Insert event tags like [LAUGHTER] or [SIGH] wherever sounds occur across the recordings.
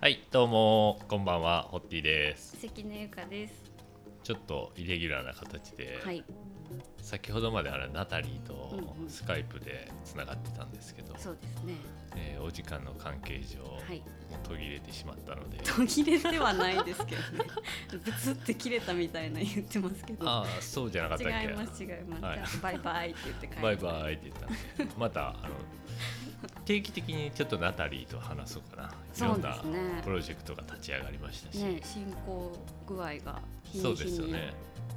はい、どうも、こんばんは、ホッティです。関根ゆかです。ちょっとイレギュラーな形で、はい、先ほどまであれナタリーとうんうんスカイプでつながってたんですけど、そうですね。えーお時間の関係上、はい。もう途切れてしまった [LAUGHS] ので、途切れではないですけどね。 [LAUGHS] ぶつって切れたみたいな言ってますけど。ああ、そうじゃなかったっけ違います違います。はいバイバイって言って帰る。バイバイって言った [LAUGHS] ので、またあの定期的にちょっとナタリーと話そうかな。いそろうんでなすねプ。ロジェクトが立ち上がりましたし、ね進行具合が日そにうです日よにね。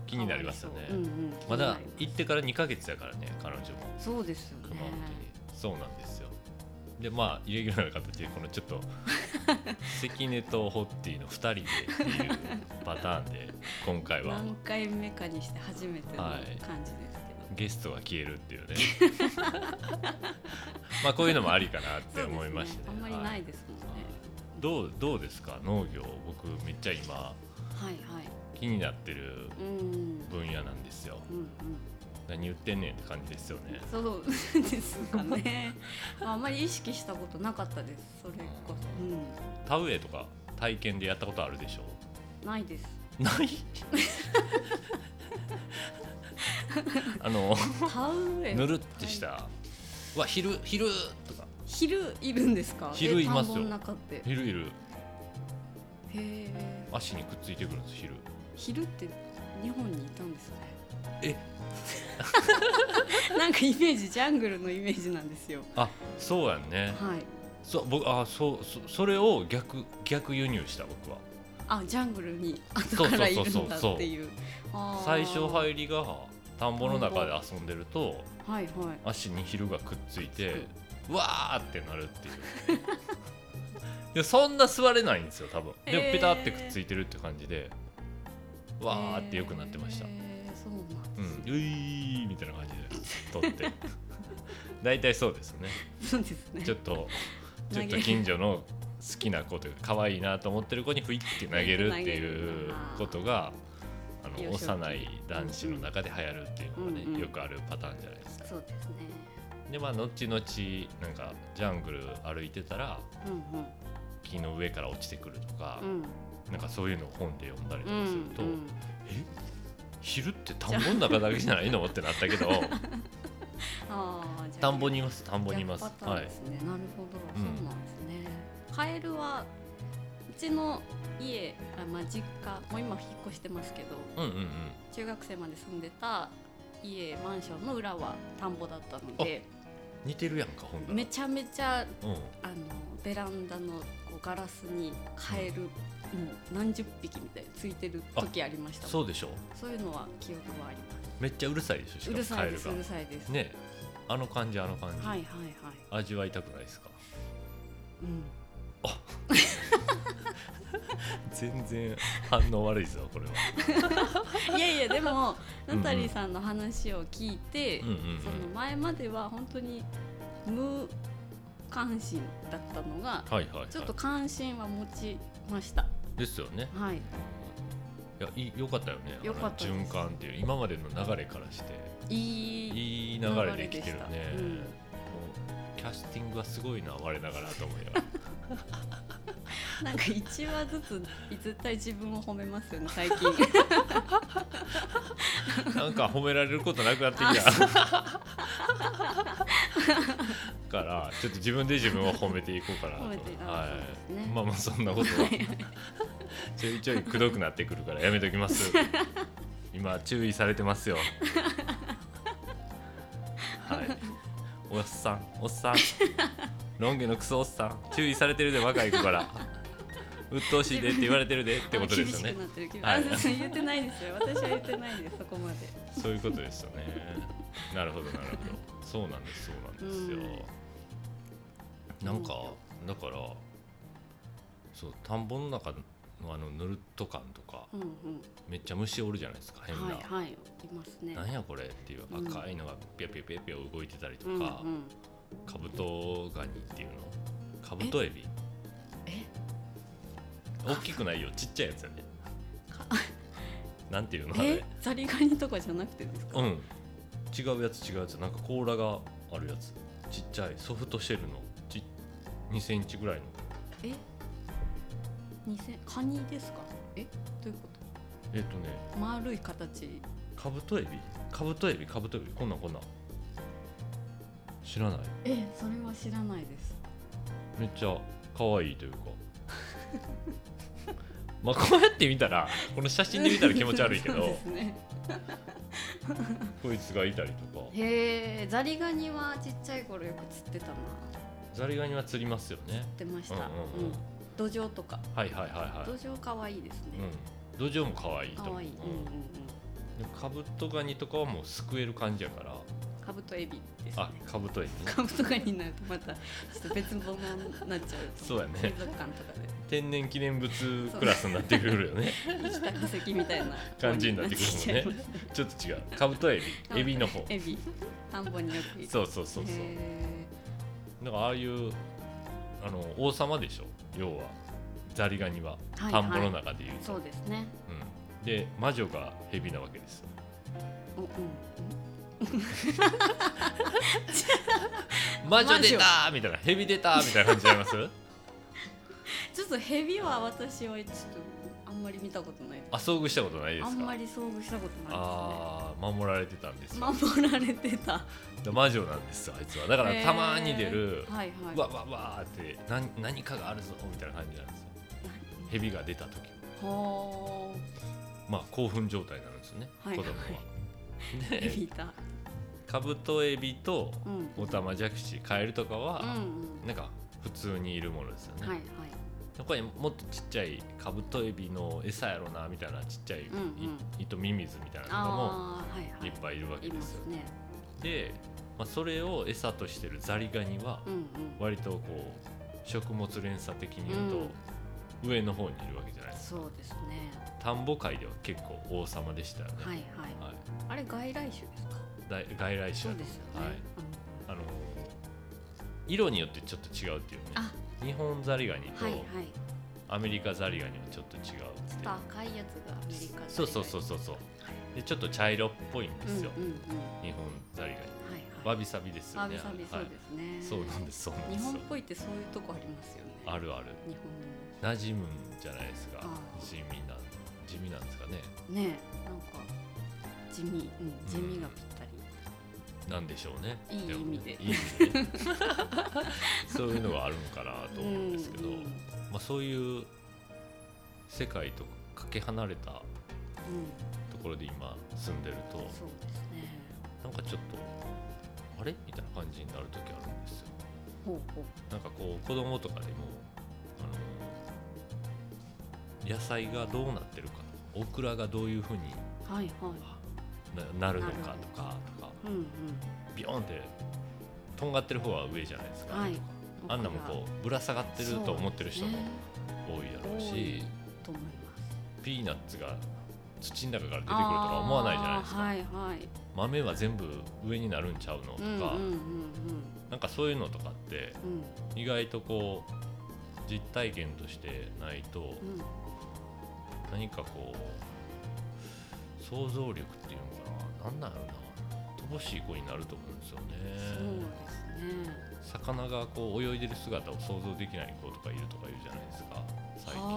気になりますよね。変わりそううんうん、まだ気になり行ってから2ヶ月だからね、彼女も。ますそうですよね熊。本に、そうなんですよでまあイレギュラーな形でこのちょっと [LAUGHS] 関根とホッティの2人でっていうパターンで今回は何回目かにして初めてのは感いじですけど。ゲストが消えるっていうね [LAUGHS] まあこういうのもありかなって思いましたねそうですねあんまりなはいいですもんね。どうどうですか農業僕めっちゃ今はいはい。気になってるうん分野なんですようんうん。何言ってんねんって感じですよねそうですかね。まああんまり意識したことなかったです。それこそ、う田植えとか体験でやったことあるでしょん、ないです。ないあの田植え。ぬるってしはい。た「うわ昼昼」とか昼いるんですか。昼えいますよ田んぼの中っ「て。へ昼いるえ。足にくっついてくるんです昼昼って日本にいたんですね。え。なんかイメージジャングルのイメージなんですよ。あそうやんねはい。そう僕あそうそそれを逆逆輸入した僕はあジャングルに後からいるんだっていう。あー最初入りが田んぼの中で遊んでるとはいはい。足に昼がくっついてうわーってなるっていう [LAUGHS] いやそんな座れないんですよ多分でもへーペタってくっついてるって感じでわーってよくなってましたへえそうなんうですねん、ういーみたいな感じで撮って [LAUGHS] 大体そうですねそうですね。ちょっと投ちょげっると近所の好きな子というか可愛いなと思ってる子にふいって投げるっていうことがあ幼少の幼期い男子の中で流行るっていうのがね、うんうんよくあるパターンじゃないですか。そうですね。でまあ後々なんかジャングル歩いてたらうんうん。木の上から落ちてくるとかう、んなんかそういうのを本で読んだりとかすると、うんうんえ昼って田んぼの中だけじゃないのってなったけ [LAUGHS] ど。あーじゃあ田んぼにいます田んぼにいます逆パタはーンいですね、なるほど、うんそうなんですねカエルはうちの家あ、まあ、実家もう今引っ越してますけどうんうんうん中学生まで住んでた家マンションの裏は田んぼだったので似てるやんかほんならめちゃめちゃうんあのベランダのこうガラスにカエル、もう何十匹みたいについてる時ありましたもんそうでしょそういうのは記憶はありまめっちゃうるさいでしょしすかうるもさカいエでルすがうねるさいです、えあの感じあの感じ、はいはいはい味わいたくないですかうん全然反応悪いぞこ [LAUGHS] れはいやいやで [LAUGHS] もうんうナんタリーさんの話を聞いて、うんうんその前までは本当に無関心だったのがうんはいはい、はい、ちょっと関心は持ちましたですよねはいいやいいよかったよねよかったであすの循環っていう今までの流れからしていいいい流れできてる流れねで、したうんもうキャスティングはすごいな我ながらと思いながらなんか1話ずつ絶対自分を褒めますよね [LAUGHS] 最近 [LAUGHS] なんか褒められることなくなってきた。 [LAUGHS] からちょっと自分で自分を褒めていこうかなと。 [LAUGHS] 褒めていかなはそうですい。ねまあまあそんなことはちょいちょいくどくなってくるからやめときます。今注意されてますよ。はい。おっさん、おっさん、ロン毛のクソおっさん、注意されてるで若い子から。鬱陶しいでって言われてるでってことですよね厳しく。なってるけど、はいあそう言ってないですよ私は言ってないですそこまでそういうことですよね。なるほどなるほど。そうなんですそうなんですよ。なんかだからそう田んぼの中のあのぬるっと感とかうんめっちゃ虫おるじゃないですかう変んな。はいはいいますねなんやこれっていう赤いのがピャピャピャピャ動いてたりとうんか、うんカブトガニっていうのカブトエビえ大きくないよちっちゃいやつやねかなんていうのあえれザリガニとかじゃなくてですか、うん違うやつ違うやつなんか甲羅があるやつちっちゃいソフトシェルのち2センチぐらいのえ2000カニですかえどういうこえっとねと丸い形カブトエビカブトエビカブトエビこんなんこんなん知らないえそれは知らないですめっちゃ可愛いというか [LAUGHS] まあこうやって見たらこの写真で見たら気持ち悪いけ [LAUGHS] そうどですねこいつがいたりとかへえザリガニはちっちゃい頃よく釣ってたなザリガニは釣りますよね釣ってました、うんうんうん土壌とかはいはいはいはい土壌可愛いですね、うんドジョウも可愛いと可思う愛い、うんうんううんでカブトガニとかはもうすくえる感じやからん、カブトエビですねあカブトエビねカブトガニになるとまたちょっと別物になっちゃうとそうやね水族館とかで天然記念物クラスになってくるよ [LAUGHS] ね生きた化石みたいな感じになってくるもんねちょっと違うカブトエビエビの方 [LAUGHS] エビ田んぼによくいるそうそうそうそうへだからああいうあの王様でしょ要はザリガニはーはい田んぼの中で言うはい、と、そうですねうん、で魔女がヘビなわけですよおうん魔女女出たーみたいなヘビ出たーみたいな感じちゃいます [LAUGHS] ちょっとヘビは私はちょっとあんまり見たことないあ遭遇したことないですあかんまり遭遇したことなあー守られてたんですよいですね守られてた魔女なんですよあいつはだからたまに出るへ、ーはいはいうわわわーって何何かがあるぞみたいな感じなんですよヘビが出た時ほまあ興奮状態になるんですよね、はい子供はは。 [LAUGHS] ーヘでビだカブトエビとうんうんオタマジャクシカエルとかうは、んなんか普通にいるものですよね、はいはいそこにもっとちっちゃいカブトエビの餌やろなみたいなちっちゃい、うんうんい糸ミミズみたいなのああはいはもいいっぱいいるわけいでますすよ、ねで、まあ、それを餌としてるザリガニはうんうん割とこう食物連鎖的に言うと、上の方にいるわけじゃないですかそうですね田んぼ界では結構王様でしたよね、はいはいはいあれ外来種ですかだい外来そ種うだと思ですようねはい、あのー色によってちょっと違うっていうねあ日本ザリガニうんはいはといアメリカザリガニはちょっと違うちょっと赤いやつがアメリカそうそうそうそうそうでちょっと茶色っぽいんですよ、うんうんうん日本ザリガニはいはわいびさびですよわねびさびあそうれですね、はい、そうなんですそうなんで日すよ本っぽいってそういうとこありますよねあるある日本馴染むんじゃないですかあー地味な地味なんですかねのねえなんか地味、うん、地味がぴったり、なんでしょうねいいも意味 [LAUGHS] でいい意味でねそういうのがあるのかなと思うんですけど、うんうんうんまあ、そういう世界とかけ離れたところで今住んでるとそうですねなんかちょっとあれみたいな感じになる時あるんですよほうほうなんかこう子供とかでもあの野菜がどうなってるかとかオクラがどういうふうにはいはいななるのかとかとかうんうんビヨンってとんがってる方は上じゃないですか、はいとかあんなもこうぶら下がってると思ってる人も多いだろうそしうですねと思いますピーナッツが土の中から出てくるとか思わないじゃないですか、あーはいはい豆は全部上になるんちゃうのとうんうんか、うんなんかそういうのとかってうんうん意外とこう実体験としてないとうん何かこう想像力っていうのかな何なんやろな乏しい子になると思うんですよそうねですね魚がこう泳いでる姿を想像できない子とかいるとかいるじゃないですか最近は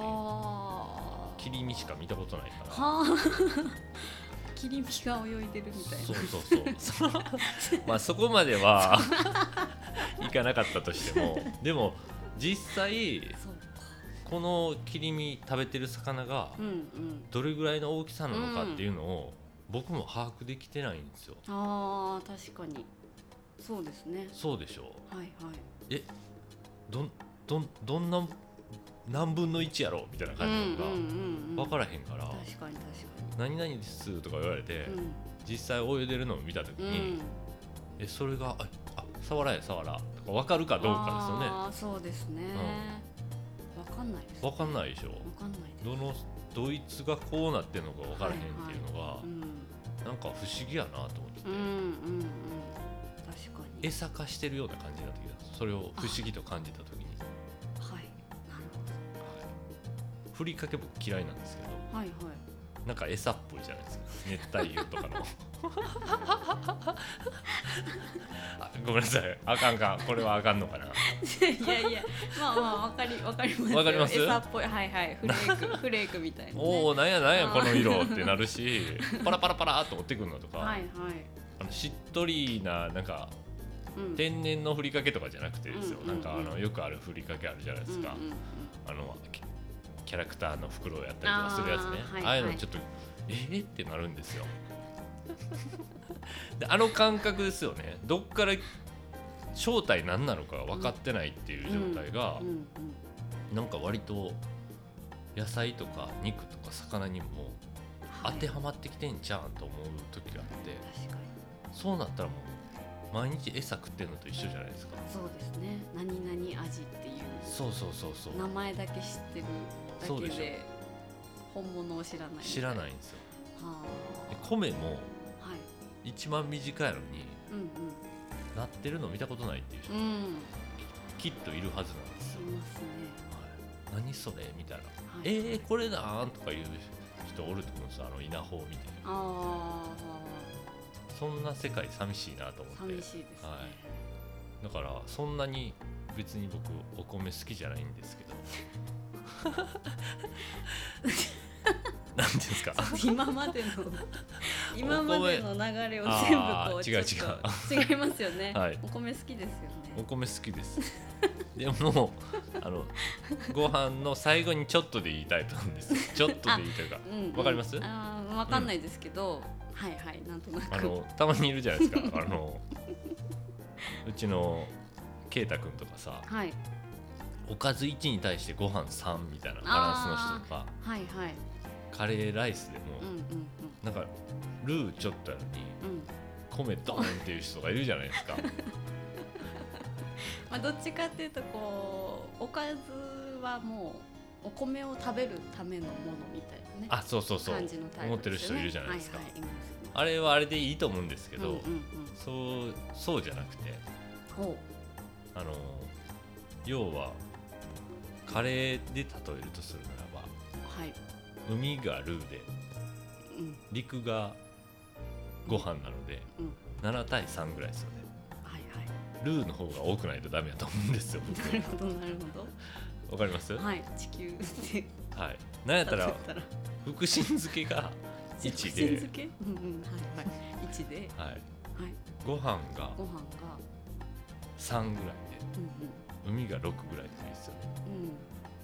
あキリンしか見たことないからはあ [LAUGHS] キリンピが泳いでるみたいなそうそうそうそまあそこまで [LAUGHS] はいかなかったとしてもでも実際そうこの切り身食べてる魚がうんうんどれぐらいの大きさなのかっていうのを僕も把握できてないんですよあー確かにそうですねそうでしょはいはいどんどんどんな何分の1やろみたいなうんう感んじのうんうんが分からへんから確かに確「何々です」とか言われてかに実際泳いでるのを見た時うんに「えそれがああサワラやサワラ」とか分かるかどうかですよねあーそうですねわかんないです分かんないでしょわかんないですどのドイツがこうなってるのか分からへんっていうのが、うんなんか不思議やなと思ってて、うんうんうん確かに餌化してるような感じになってきたそれを不思議と感じた時に、ははいなるい、ふりかけ僕嫌いなんですけどほどはいはいなんか餌っぽい [LAUGHS] じゃないですか熱帯魚とかのあごめんなさいあかんかこれはあかんのかな [LAUGHS] いやいやまあまあわかりわかりますよわかります餌っぽいはいはいフレークフレークみたいな、ね、おおはなんやなんやあーこの色ってなるしパラパラパラっと追ってくるのとか、いはいあのしっとりななんかうん天然のふりかけとかじゃなくてですよ、うんうんうんなんかあのよくあるふりかけあるじゃないですか、うんうんうんあのキキャラクターの袋をやったりとかするやつねああーはいあいうはのいちょっとえー、ってなるんですよ [LAUGHS] であの感覚ですよねどっから正体何なのかが分かってないっていう状態が、うんうんなんか割と野菜とか肉とか魚にも当てはまってきてんじゃんと思う時があって確かにそうなったらもう毎日餌食ってんのと一緒じゃないですかそうですね何々味っていうそうそうそうそう名前だけ知ってるだそうけでしょで本物を知らないみたい知らないんですよはで米もあはい一番短いのにうんなってるの見たことないっていう人うんうんきっといるはずなんですいよ、ますねはい何それみたいなはえいー、これなんとか言う人おると思うんですよあの稲穂みたいなあそんな世界寂しいなと思あって寂しいですね、はいだからそんなに別に僕お米好きじゃないんですけどなんていうんですか [LAUGHS] 今ま [LAUGHS] での今までの流れを全部こあうーちょっと違いますよ [LAUGHS] ね、はいお米好きですよねお米好きですでもあのご飯の最後にちょっとで言いたいと思うんですちょっとで言いたいかうんうんわかりますあーわかんないですけど、はいはいなんとなくあのたまにいるじゃないです [LAUGHS] かあのうちの圭太君とかさはいおかず1に対してご飯3みたいなバランスの人とかはいはいカレーライスでうんも、うんなんかルーちょっとやのにうんうん米ドーンっていう人がいるじゃないですかまあどっちかっていうとこうおかずはもうお米を食べるためのものみたいなねあそうそうそう感じのタイ思っプてるです人よねいるじゃないですか、はいはいいますいますあれはあれでいいと思うんですけうど、んうんうんそうそうじゃなくてほあの要はカレーで例えるとするならばうはい海がルーでうん陸がご飯なのでうん7対3ぐらいですよねはいはい [LAUGHS] ルーの方が多くないとダメだと思うんですよ僕なるほどなるほわかりますど。はい、はい、地球でなんやっただらったら福神漬けが一で神漬けうんうんはいはい一で、はいはい、ご飯がご飯が3ぐらいでうん海が6ぐらいでいいですよねう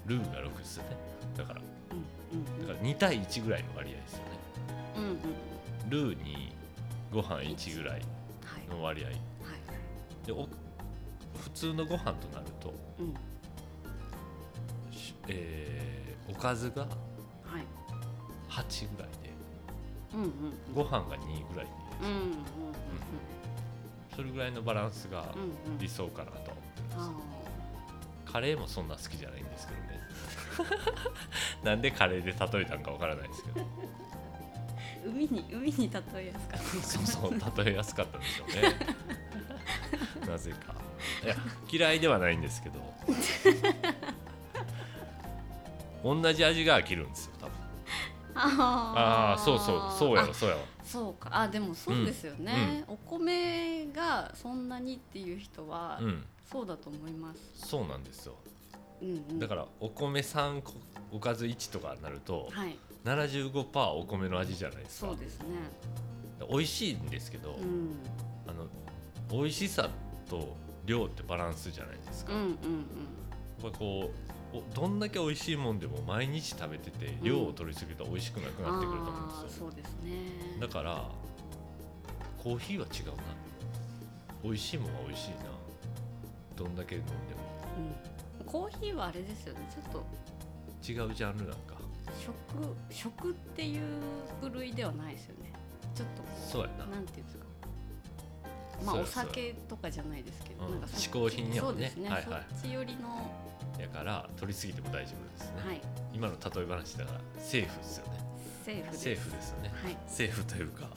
んうんルーが6ですよねだからうんうんだから2対1ぐらいの割合ですよねうんうんルーにご飯1ぐらいはいの割合はいでお普通のご飯となると、うんしえーおかずがはい8ぐらいでうんうんご飯が2ぐらいでうんうんそれぐらいのバランスがうんうんうん理想かなと、あカレーもそんな好きじゃないんですけどね [LAUGHS] なんでカレーで例えたんかわからないですけどー海に海に例えやすかったそうそう例えやすかったんでしょうね [LAUGHS] なぜかいや嫌いではないんですけど [LAUGHS] 同じ味が飽きるんですよ多分あああそうそうそうやろそうやろあそうかあでもそうですよね、お米がそんなにっていう人は、うんそうだと思いますそうなんですようんうんだからお米3個おかず1とかになるとはい75%お米の味じゃないですそかうですね美味しいんですけど、うんあの美味しさと量ってバランスじゃないですか、うんうやっんぱりこうおどんだけ美味しいもんでも毎日食べててん量を取りすぎると美味しくなくうんなってくると思うんあーですよ、そうですねだからコーヒーは違うな美味しいもんは美味しいなどんだけ飲んでうん、コーヒーはあれですよねちょっとも違うジャンルなんか食食っていう部類ではないですよねちょっとこそうやうななんていうんですかまそあうおやそうや酒とかじゃないですけど、うんなんかそっち嗜好品にはねそうですね、はいはいそっち寄りのはだから取りすぎても大丈夫ですね、い今の例え話だからセーフですよねセーフですセーフですよね [LAUGHS] はいセーフというか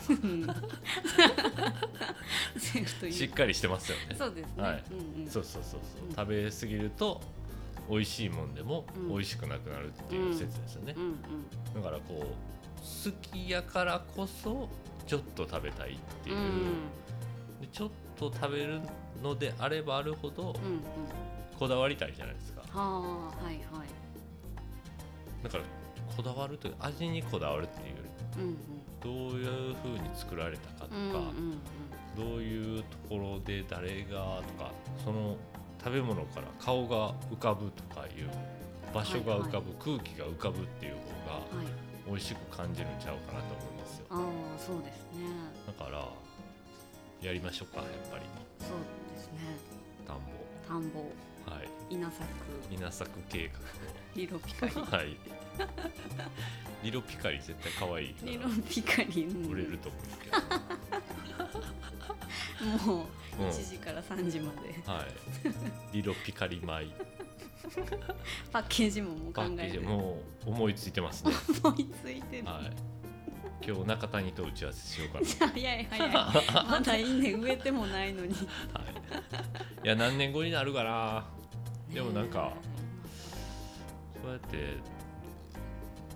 セーフというしっかりしてますよねそうですね、はいうんうん、そううそうそうそう、うん食べ過ぎると美味しいもんでもうん美味しくなくなるっていう説ですよね、んうんだからこう好きやからこそちょっと食べたいっていううんでちょっと食べるのであればあるほどうんうんこだわりたいじゃないですか、はあはいはいだからこだわるという味にこだわるっていうよりうんうんどういうふうに作られたかとか、うんうんうんどういうところで誰がとかその食べ物から顔が浮かぶとかいう場所が浮かぶ、空気が浮かぶっていう方がはい美味しく感じるんちゃうかなと思いますよああそうですねだからやりましょうかやっぱりそうですね田ん田んぼぼはい稲作稲作計リロピカ [LAUGHS] リ画をはいリロピカリ絶対可愛いかリロらピカリ、うん売れると思うんですけど、もううん1時から3時まではい、リロピカリ米パッケージももう考パッケえージてもう思いついてますね、思いついてる、はい、今日中谷と打ち合わせしようかじゃあ [LAUGHS] 早 [LAUGHS] い早いまだ稲植えてもないのにな、はい、いや何年後になるかなでもなんかそうやって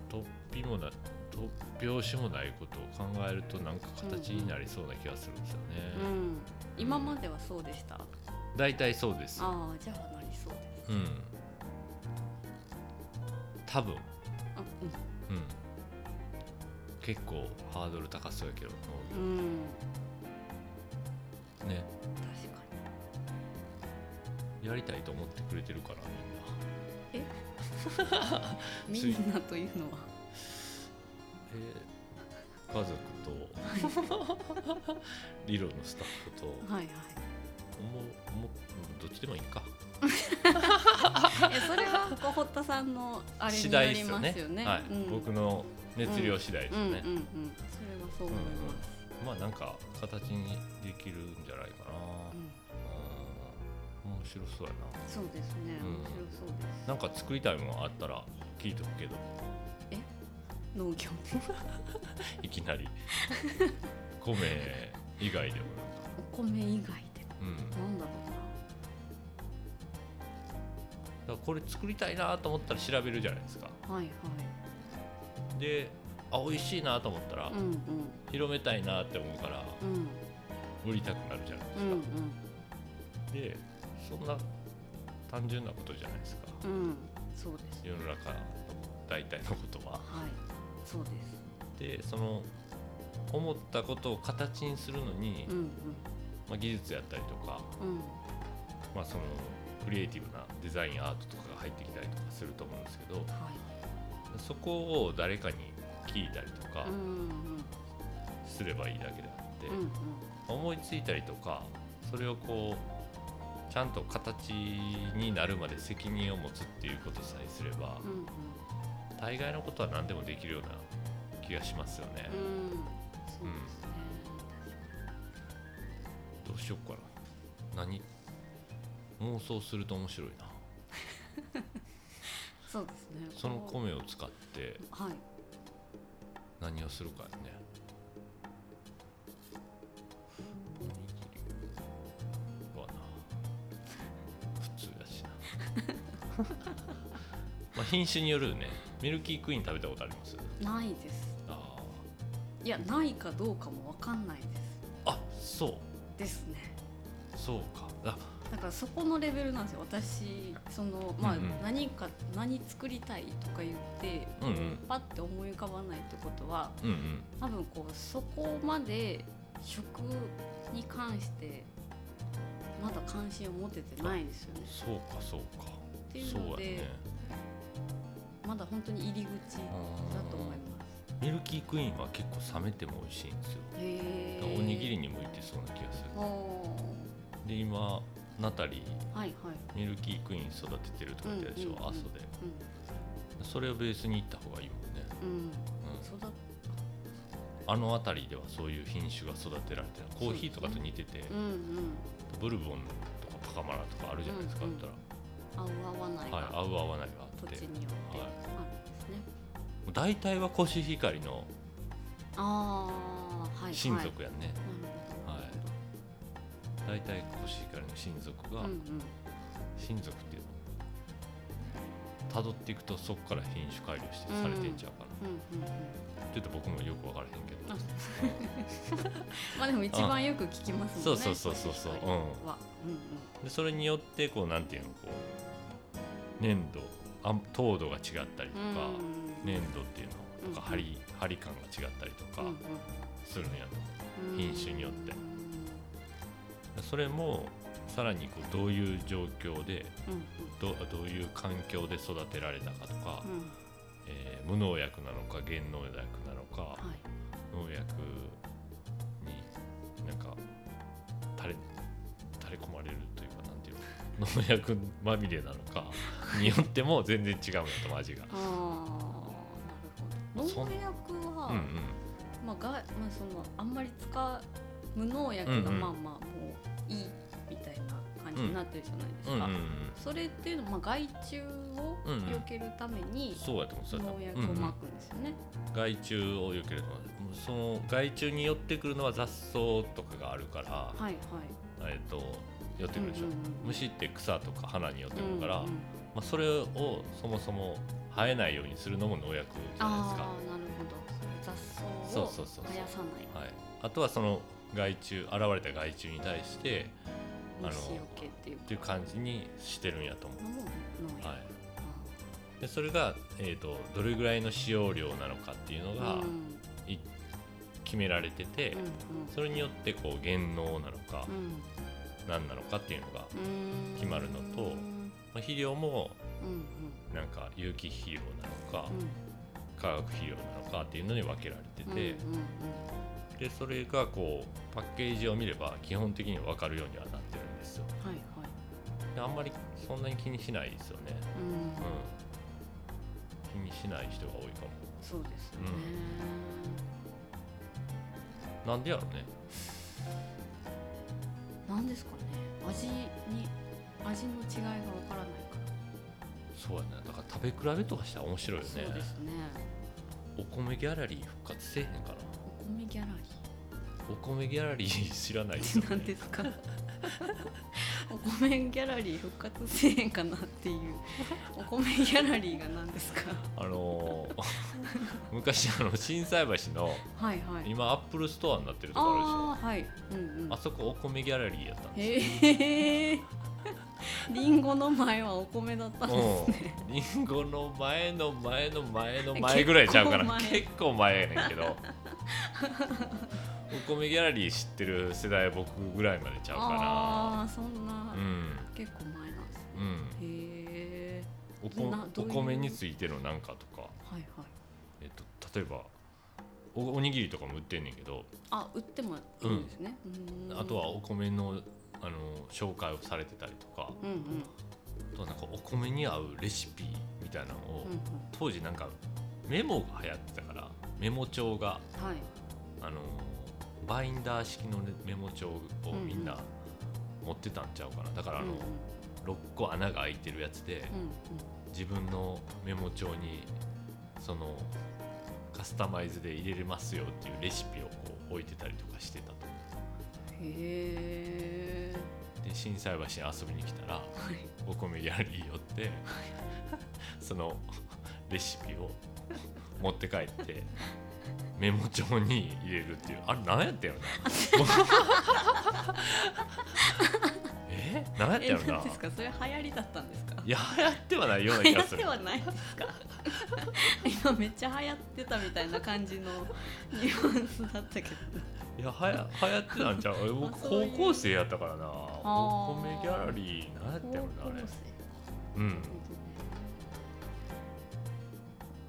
突飛もな突拍子もないことを考えるとなんか形になりそうな気がするんですよね、ねうん今まではそうでしたあ大体そうですあじゃあなりそうですうん多分あうん結構ハードル高そうやけどうん、うん、ね確かにやりたいと思ってくれてるからみんなつみいんなというのはえー家族と理論のスタッフともはいはいももどっちでもいいかえそれはこう堀田さんのあれに次よ第でりすよまねすよねはいうん、僕の熱量次第ですうよんうんうんね、それはそう思います、まあなんか形にできるんじゃないかな、うんうん、面白そうやそうですねうん面白そうですななんか作りたいものあったら聞いとくけど農業いきな [LAUGHS] り米以外でもお米以外なでんか、うん、だかなんだろうならこれ作りたいなと思ったら調べるじゃないですかはいはい。であ美味しいなと思ったら、うんうん広めたいなって思うからうん売りたくなるじゃないですうか、でんそんな単純なことじゃないですかうんうん。そうです。世の中の大体のことははい。そうです。でその思ったことを形にするのに、うんうんまあ、技術やったりとか、うんまあ、そのクリエイティブなデザインアートとかが入ってきたりとかすると思うんですけどはそこを誰かに聞いたりとかい。うんうんすればいいだけであって、うんうん思いついたりとかそれをこうちゃんと形になるまで責任を持つっていうことさえすれば、うん大概のことは何でもできるような気がしますよねうん。うん。そうですね。どうしようかな何妄想すると面白いなそうですね。その米を使ってはい。何をするかやねおにぎりはな普通やしな [LAUGHS] まあ品種によるよねミルキークイーン食べたことありますないです。あいやないかどうかもわかんないーあそうです。ですね。そうかあだからそこのレベルなんですよ。私そのまあうんうん何か何作りたいとか言ってうんうんパッて思い浮かばないってことはうんうん多分こうそこまで食に関してまだ関心を持ててないんですよね。そうかそうかっていうそうのやでねまだ本当に入り口だと思います。ミルキークイーンは結構冷めても美味しいんですよへーおにぎりに向いてそうな気がするおで今ナタリーーはいはい。ミルキークイーン育ててるとか言ってたでしょ、うんうんうん阿蘇でそれをベースに行った方がいいもんね、うんうん。う育っん、あの辺りではそういう品種が育てられてるコーヒーとかと似てて、うんうん。ブルボンとかパカマラとかあるじゃないですか、うんあうんったら、合う合わないはい、合がう合わないがあ土って地によってはあいるんですね。もう大体はコシヒカリのああはいはい。親族やね、なるほど。はい大体コシヒカリの親族が、うんうん。親族っていうのを辿っていくとそこから品種改良してされてんちゃうかな、うんうんうんちょっと僕もよく分からへんけどあまあでも一番よく聞きますもんねそうそうそうそうそういうん人はうんうんでそれによってこうなんていうのこう粘土あ糖度が違ったりとうんか、うん粘土っていうのとかう張んり張り感が違ったりとかうんするんやと、うん品種によってそれもさらにこうどういう状況でうんどどういう環境で育てられたかとか、うんうんえー無農薬なのか減農薬なのか、はい農薬になんか垂れ垂れ込まれるというかなんていうの農薬まみれなの [LAUGHS] かによっても全然違うんだと味が。ああなるそほどん農薬は、うんうんまあがまあそのあんまり使う無農薬がうんうんまあまあもういいみたいな感じになってるじゃないですうか、んうんそれっていうのは、まあ、害虫をうんうん避けるためうん、にそうやと思うそうやと農思う薬をまくんですよね。うんうん害虫を避けると思うもうその害虫に寄ってくるのは雑草とかがあるから、はいはい。えっと寄ってくるでしょ、うんうんうん虫って草とか花に寄ってくるから、うんうんまあ、それをそもそも生えないようにするのも農薬じゃないですかあ。あなるほど。雑草そをうそうそうそう生やさないはい、あとはその害虫現れた害虫に対してあの虫除けっていうっていう感じにしてるんやと思のも農う、はい、薬。あでそれが、えー、とどれぐらいの使用量なのかっていうのーがうんい、決められてて、うんうんそれによってこう減能なのかうん何なのかっていうのが、うん決まるのとうんまあ、肥料もうんうんなんか有機肥料なのか、うん化学肥料なのかっていうのに分けられてて、うんうんうんでそれがこうパッケージを見れば基本的に分かるようにはなってるんですよ。はいはい。であんまりそんなに気にしないですよね、うんうん、気にしない人が多いかそうですね。もなんでやろうねなんですかね。味に味の違いがわからないから。そうやねだから食べ比べとかしたら面白いよねそうですね。お米ギャラリー復活せえへんかなお米ギャラリお米ギャラリ [LAUGHS] ー知らないですよー。なんねですか。お米ギャラリー復活せえへんかなっていう。お米ギャラリーが何ですか。あのー [LAUGHS] 昔あの心斎橋のはいはい。今アップルストアになってるとこあるでしょああーはい。うんうんあ。そこお米ギャラリーやったんですよへえ。リンゴの前はお米だったんですね。うん、リンゴの前の前の前の前ぐらいちゃうかな [LAUGHS] 結構前結構前やねんけ [LAUGHS] どお米ギャラリー知ってる世代は僕ぐらいまでちゃうかああーそんな、なうん結構前なんですね。うんへえ。おこなどおういう米についてのなんかとか、はいはい。えっと、例えばおおにぎりとかも売ってんねんけどあ売ってもいいんですね。うーんあとは。お米のあの紹介をされてたりとかうんうんうんあとはなんかお米に合うレシピみたいなのを、う当時なんかメモが流行ってたからメモ帳がん。はい。あのバインダー式のねメモ帳をみんな持ってたんちゃうかなだからあうんの、うん6個穴が開いてるやつで、うんうん自分のメモ帳にそのカスタマイズで入れれますよっていうレシピをこう置いてたりとかしてたとへえ。で心斎橋に遊びに来たらはい。お米ギャラリー寄ってそのレシピを持って帰ってメモ帳に入れるっていうあれ何やったんや [LAUGHS] ろなえ何やったんやえ、なろんなですか、それ流行りだったんですか。いや流行ってはないような [LAUGHS] 流気行がっすてるはないですか。今めっちゃ流行ってたみたいな感じのニュアンスだったけど。いやはや流行ってたん [LAUGHS] ちゃう俺僕あそう高いう校生やったからなあーお米ギャラリー何やったんやろなあれうん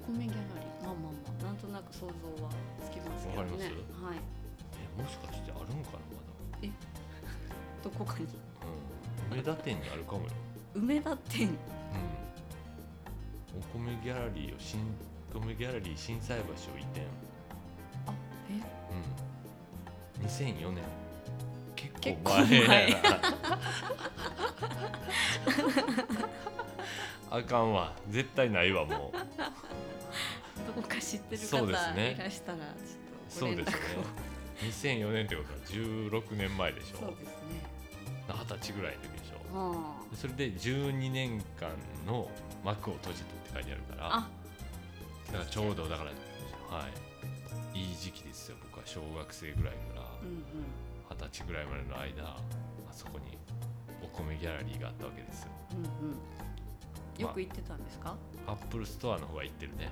コメギャラリー、まあまあまあ、なんとなく想像はつきますけどわかります。ねはい。えもしかしてあるんかなまどこかにだ、うん、梅田店にあるかもよ梅田店。うん、お米ギャラリーを新お米ギャラリー心斎橋を移転、あ、え、うん、2004年結構結構前 [LAUGHS] 前やなあかんわ絶対ないわもうどこか知ってるそ方ういですねらしたら、ちょっそとごう連絡でを。すね2004年ってことは16年前でしそうょですね。二十歳ぐらいの時でしょはあ。それで12年間の幕を閉じたって書いてあるからあだからちょうどだからはいいい時期ですよ僕は小学生ぐらいからうん二十歳ぐらいまでの間あそこにお米ギャラリーがあったわけですようんうんうんよく行ってたんですか、アップルストアの方が行ってるね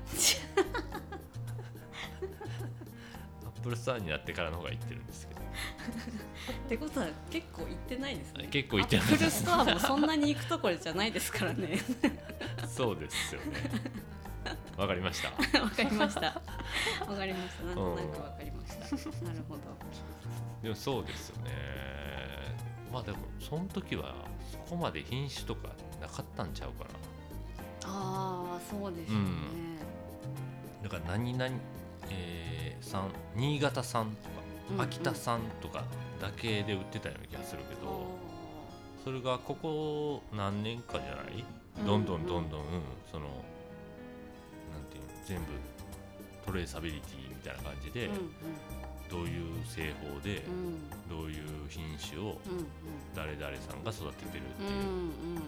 アップルストアになってからの方が行ってるんですけどってことは結構行ってないですねあ結構行ってないアップルストアもそんなに行くところじゃないですか [LAUGHS] らねそうですよねわかりましたわかりましたわかりましたなんとなくわかりましたなるほどでもそうですよねまあでもその時はそこまで品種とかなかったんちゃうかなああそうですよね、だから何々、えー、産新潟産とうんうんか秋田産とかだけで売ってたような気がするけど、それがここ何年かじゃないうんどんどんどんどん、うんそのなんていうの全部トレーサビリティみたいな感じで、うんうんどういう製法で、うんどういう品種をうん誰々さんが育ててるってうんういんうんう。うんうん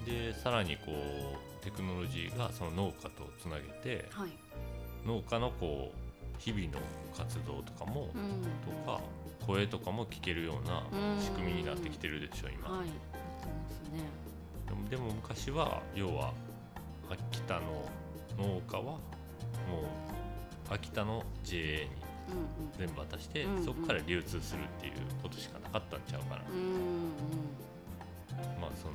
でさらにこうテクノロジーがその農家とつなげてはい農家のこう日々の活動とかも、うんとか声とかも聞けるようなうん仕組みになってきてるでしょ今、はいやってますねでもでも昔は要は秋田の農家はもう秋田の JA にうんうん全部渡して、うんうんそこから流通するっていうことしかなかったんちゃうかな、うんうんまあその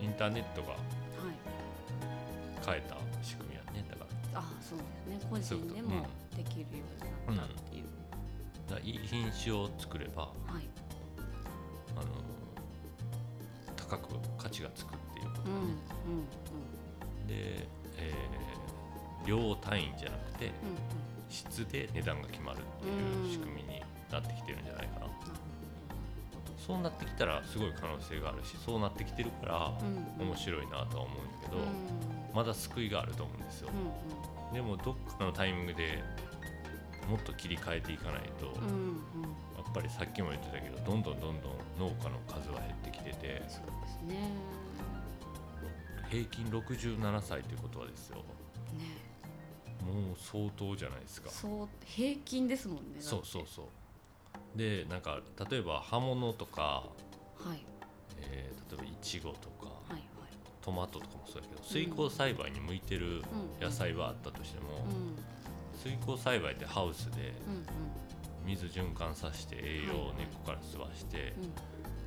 インターネットがはい変えた仕組みやねだからあそうですね個そういうこ人とでもできるようになったっていう、だからいい品種を作ればはいあの高く価値がつくっていうことうねんうんうんで、えー量単位じゃなくてうんうん質で値段が決まるっていう仕組みになってきてるんじゃないかな、なるそうなってきたらすごい可能性があるしそうなってきてるからほどうんうん面白いなとは思うんだけど、うんまだ救いがあると思うんですよ、でもどっかのタイミングでもっと切り替えていかないと、うんうんやうんうんっぱりさっきも言ってたけどどんどんどんどん農家の数は減ってきててそうですね平均67歳ってことはですよねもう相当じゃないですかそう平均ですもんねだってそうそうそうでなんか例えば葉物とか、はいえー例えばいちごとか、はいはいトマトとかもそうだけど水耕栽培に向いてるうん野菜はあったとしても、うん水耕栽培ってハウスでうんうん水循環させて栄養を根っこから吸わして、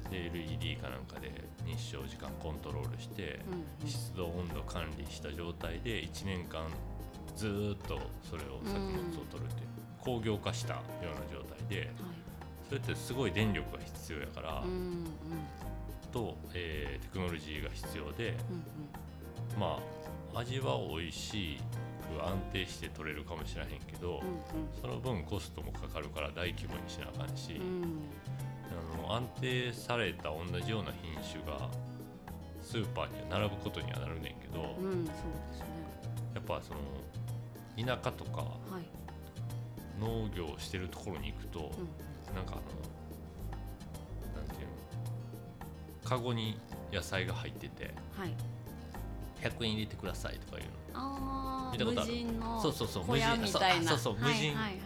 うんで LED かなんかで日照時間コントロールして、うんうん湿度温度管理した状態で1年間ずーっとそれを作物を取るっていう、工業化したような状態ではいそれってすごい電力が必要やから、うんうんと、えーテクノロジーが必要でうんまあ味は美味しく安定して取れるかもしれへんけど、うんその分コストもかかるから大規模にしなあかんし、うんうんうんあの安定された同じような品種がスーパーには並ぶことにはなるねんけど、うんそうですねやっぱその田舎とかはい農業をしてるところに行くと、うんなんかあのなんていうのカゴに野菜が入っててはい100円入れてくださいとかいうのあ見ーたこ無とある人のそうそうそう小屋無み人たいなそうそうそう無人はいはいはい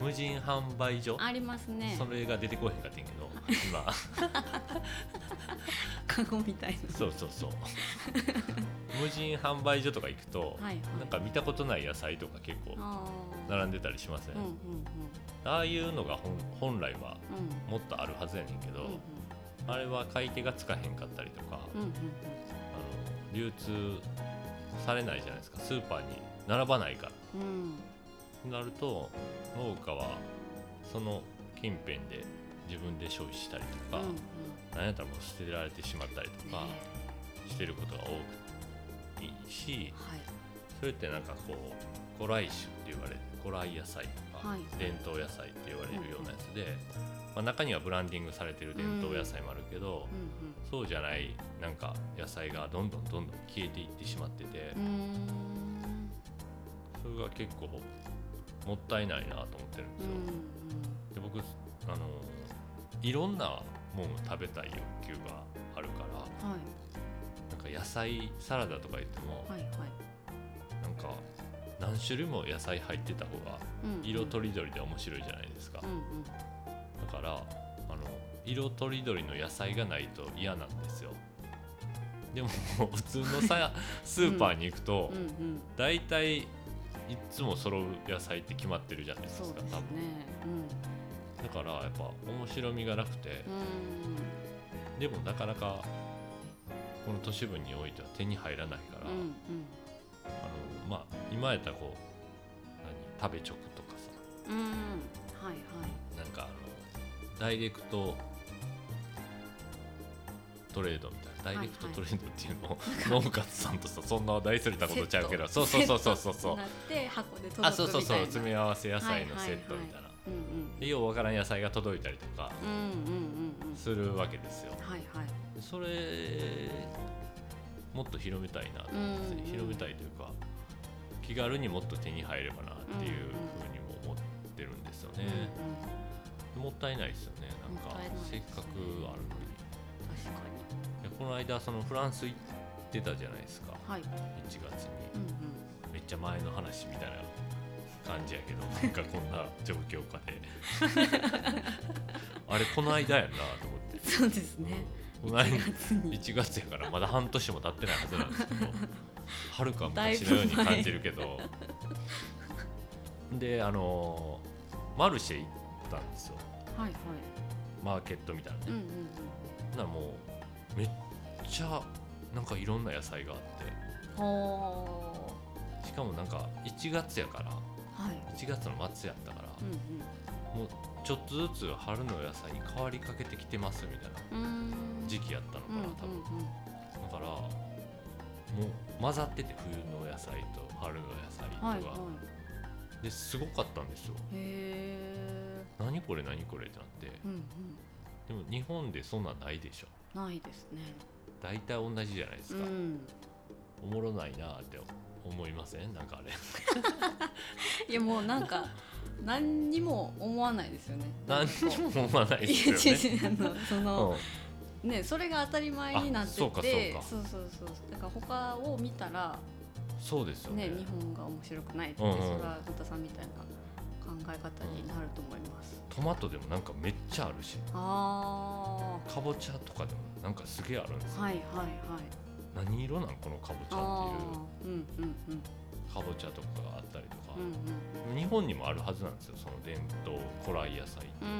無人販売所ありますねそれが出てこへんかったんやけど今 [LAUGHS] カゴみたいそうそう [LAUGHS] そう無人販売所とか行くと、なはいはいなんか見たことない野菜とか結構あー並んでたりしません、うんうんああいうのが本本来はうんうんもっとあるはずやねんけど、うんあれは買い手がつかへんかったりとか、うんうんあの流通されないじゃないですかスーパーに並ばないからうんうんとなると農家はその近辺で自分で消費したりとか、うんうんなんやったらもう捨てられてしまったりとかねしてることが多くいいしはいそれってなんかこう古来種って言われる古来野菜とか、はい伝統野菜って言われるようなやつで、まあ、中にはブランディングされてる伝統野菜もあるけど、うそうじゃないなんか野菜がどんどんどんどん消えていってしまってて、んうんうーんそれが結構もったいないなと思ってるんですよ。で僕あのいろんなもんを食べたい欲求があるからうんうんはなんいか野菜サラダとか言っても、はいはいか何種類も野菜入ってた方がうん色とりどりで面白いじゃないですかうんうんだからあの色とりどりの野菜がないと嫌なんですよでも [LAUGHS] 普通のさスーパーに行くとうんうん大体いつも揃う野菜って決まってるじゃないですそうかです多ね分だからやっぱ面白みがなくてうんうんでもなかなかこの都市部においては手に入らないから、うんあのまあ今やったらこう何食べ直とかさうんうんはいはいなんかあのダイレクトトレードみたいなダイレクトトレードっていうのを、農家さんとさそんな大それたことちゃうけどセそッうトそうそうそうそうそうセットになって箱で届くみたいなあそうそうそう詰め合合わせ野菜のセットみたいな、うんうんでようわからん野菜が届いたりとかうんうんうんうんするわけですよはいはいでそれもっと広めたいなと思って、うんうん広めたいというか気軽にもっと手に入ればなっていうふうにも思ってるんですよね、うんうんもったいないですよねなんもっかたいないですせっねかくあるのに確かいやこの間そのフランス行ってたじゃないですかにはい1月うにんうんめっちゃ前の話みたいな感じやけど [LAUGHS] なんかこんな状況下で [LAUGHS] あれこの間やなと思ってそうですねこの間1月に1月やからまだ半年も経ってないはずなん [LAUGHS] ですけどはるか昔のように感じるけどであのーマルシェ行ったんですよはいはいマーケットみたいなねうんうんほんならもうめっちゃなんかいろんな野菜があっうんほてしかもなんか1月やからーはい1月の末やったから、うもうちょっとずつ春の野菜に変わりかけてきてますみたいなんうんうーん時期やったのかうんうな、んうん多分だからもう混ざってて冬の野菜と春の野菜とか、はいはいですごかったんですよへえ何これ何これってなってうんうんでも日本でそんなんないでしょないですね大体同じじゃないですうか、んおもろないなって思いませんなんかあれいやもうなんか何にも思わないですよね何にも思わないでいやすよね。違う違うあのその、うんねそれが当たり前になっててあそうかそうかそうそうそうだから他を見たらそうですよねね日本が面白くないって、うんうんそれは本田さんみたいな考え方になると思います、トマトでもなんかめっちゃあるしあかぼちゃとかでもなんかすげえあるんですあよ、はいはいはい何色なんこのかぼちゃあってあーうんうんうんいうかぼちゃとかがあったりとかうん、日本にもあるはずなんですよその伝統古来野菜うんう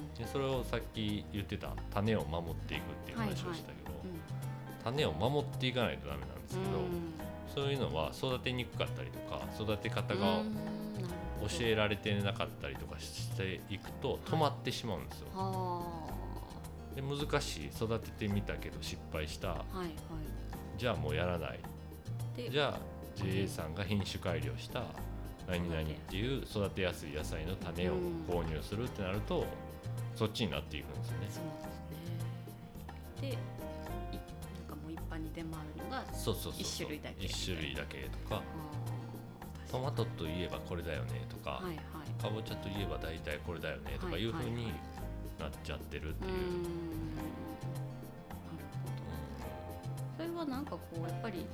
んでそれをさっき言ってた種を守っていくっていう話をしたけど、う種を守っていかないとダメなんですけんうんど、うんそういうのは育てにくかったりとか育て方がうんなるほ教どえられてなかったりとかしていくと止まってしまうんですよ、はで難しい育ててみたけど失敗したあはいはいじゃあもうやらないでじゃあ JA さんが品種改良した何々っていう育てやすい野菜の種を購入するってなるとそっちになっていくんですよねそうですねでいなんかもう一般に出回るのがそうそうそうそう一種類だけ一種類だけとかあートマトといえばこれだよねとか、はいはいかぼちゃといえば大体これだよねとかいうふうはいはいにはいなっちゃってるっうてーいう、んうんなるほどそれはなんかこうやっぱりやっ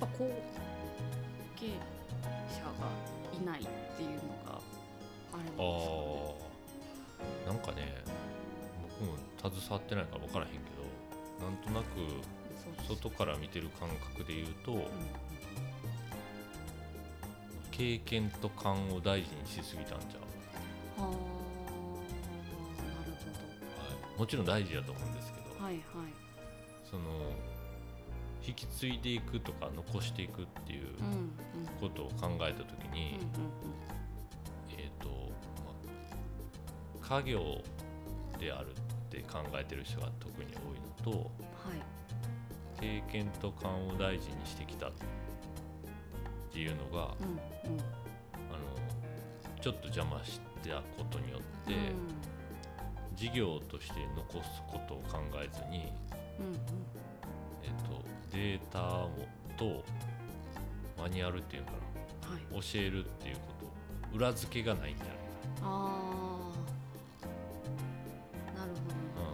ぱ後継者がいないっていうのがあれなんですかねああなんかね僕も携わってないから分からへんけどなんとなくそうそう外から見てる感覚で言うと、うん経験と勘を大事にしすぎたんじゃあーなう、はるい、もちろん大事だと思うんですけほど、どはいはいその引き継いでいくとか残していくっていううんうんことを考えた時に、うえっ、と、まあ、家業であるって考えてる人が特に多いのとんうんはい経験と勘を大事にしてきたっていうのが、うんうんあのちょっと邪魔したことによって、事業として残すことを考えずに、うんうんえっとデータをとマニュアルっていうのかうんはいな教えるっていうこと裏付けがないんじゃないああなるほ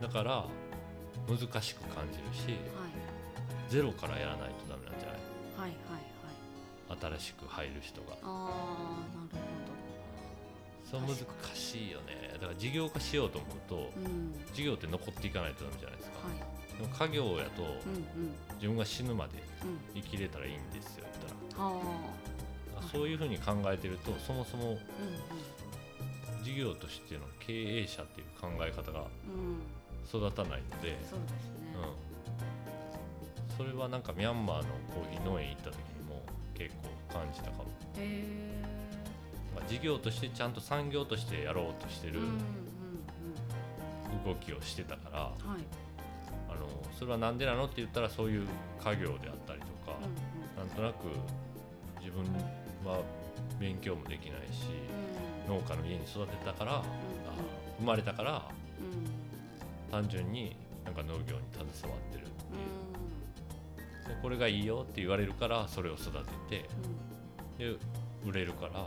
どかな、うん、だから難しく感じるしはいゼロからやらないとダメなんじゃないはいはいはいはいはいはい新しく入る人がああなるそう難しいよねだから事業化しようと思うとほどうん事業って残っていかないとダメじゃないですか、はいでも家業やとうんうん自分が死ぬまでうん生きれたらいいんですよ言ったらはあそういうふうに考えてるとそもそもあう事業としての経営者っていう考え方がんうんうん育たないので、そうですねうん、それはなんかミャンマーのコーヒー農園行った時にも結構感じたかも、へえまあ、事業としてちゃんと産業としてやろうとしてうんるうん動きをしてたから、うんはいあのそれは何でなのって言ったらそういう家業であったりとか、うんうんなんとなく自分は勉強もできないし、うん農家の家に育てたから、あ生まれたからうん単純になんか農業に携わってるっていう、うんでこれがいいよって言われるからそれを育てうんてで売れるから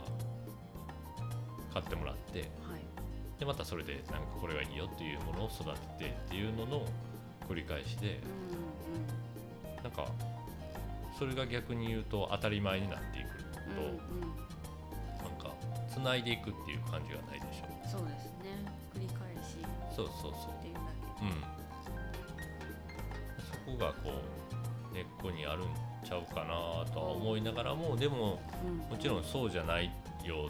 買ってもらってはいでまたそれでなんかこれがいいよっていうものを育ててっていうのの繰り返しでうなんかそれが逆に言うと当たり前になっていくんうんとうんうなんんかつないでいくっていう感じがないでしょそうですね繰り返しそうそうそうっていうだけうん、そこがこう根っこにあるんちゃうかなとは思いながらもでもうんもちろんそうじゃないよ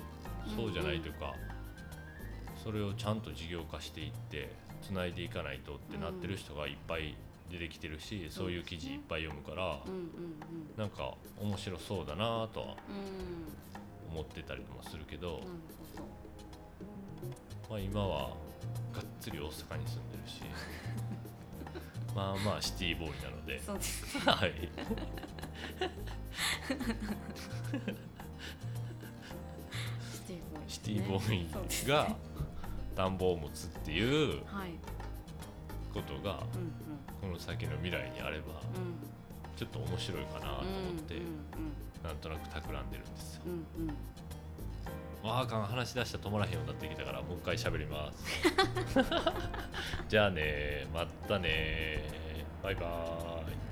そうじゃないというか、それをちゃんと事業化していってつないでいかないとってなってる人がいっぱい出てきてるし、そういう記事いっぱい読むから、うんうんなんか面白そうだなとはうんうん思ってたりもするけどなる、ほどまあ、今はがっつり大阪に住んでるし [LAUGHS] まあまあシティボーイなの [LAUGHS] で。そうですはい。シティボーイ、シティボーそうですイねが暖房を持つっていうはいことがうこんの先の未来にあればうんうんちょっと面白いかなと思ってうんなんとなく企んでるんですよ。うんうんうんうんわあかん話し出したら止まらへんようになってきたからもう一回喋り [LAUGHS] ます。じゃあねまたねバイバーイ。